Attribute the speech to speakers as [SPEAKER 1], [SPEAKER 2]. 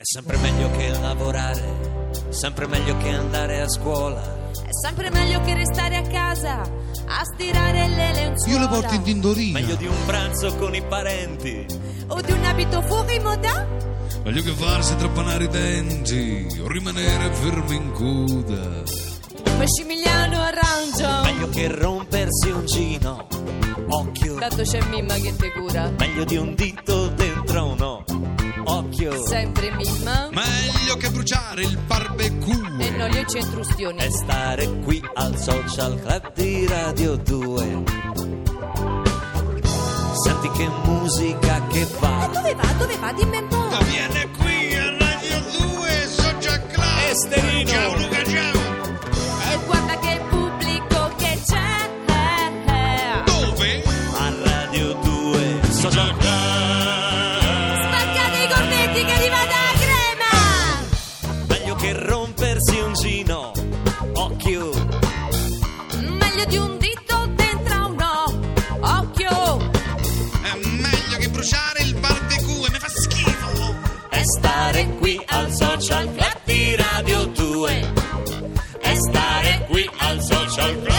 [SPEAKER 1] sempre meglio che lavorare, sempre meglio che andare a scuola.
[SPEAKER 2] È sempre meglio che restare a casa a stirare le lenzuola.
[SPEAKER 3] Io le porto in tindorina.
[SPEAKER 1] Meglio di un pranzo con i parenti.
[SPEAKER 2] O di un abito fuori moda?
[SPEAKER 4] Meglio che farsi trappanare i denti o rimanere fermi in coda.
[SPEAKER 2] Massimiliano Arrangio.
[SPEAKER 1] Meglio che rompersi un cino. Occhio.
[SPEAKER 2] Tanto c'è Mimma che te cura.
[SPEAKER 1] Meglio di un dito dentro uno. Occhio.
[SPEAKER 2] Sempre Mimma.
[SPEAKER 4] Meglio che bruciare il barbecue.
[SPEAKER 2] E noi le centrustioni.
[SPEAKER 3] Eh
[SPEAKER 1] E stare qui al social club di Radio 2. Senti che musica che
[SPEAKER 2] E
[SPEAKER 1] va.
[SPEAKER 2] dove va? Dove va? Dimmi un po'.
[SPEAKER 4] Ma Ecco, viene qui a Radio 2, so già Claudio.
[SPEAKER 1] Esterino.
[SPEAKER 4] Ciao Luca, ciao.
[SPEAKER 3] eh.
[SPEAKER 2] E guarda che pubblico che eh, c'è.
[SPEAKER 4] Dove?
[SPEAKER 1] A Radio 2. Social club.
[SPEAKER 2] Spaccate i cornetti che arriva da crema.
[SPEAKER 1] Meglio che rompersi un cino. Occhio.
[SPEAKER 2] Meglio di un dito dentro uno. Occhio.
[SPEAKER 4] È meglio che bruciare il barbecue, mi fa schifo.
[SPEAKER 1] E stare qui al social club di Radio 2. E stare qui al social club.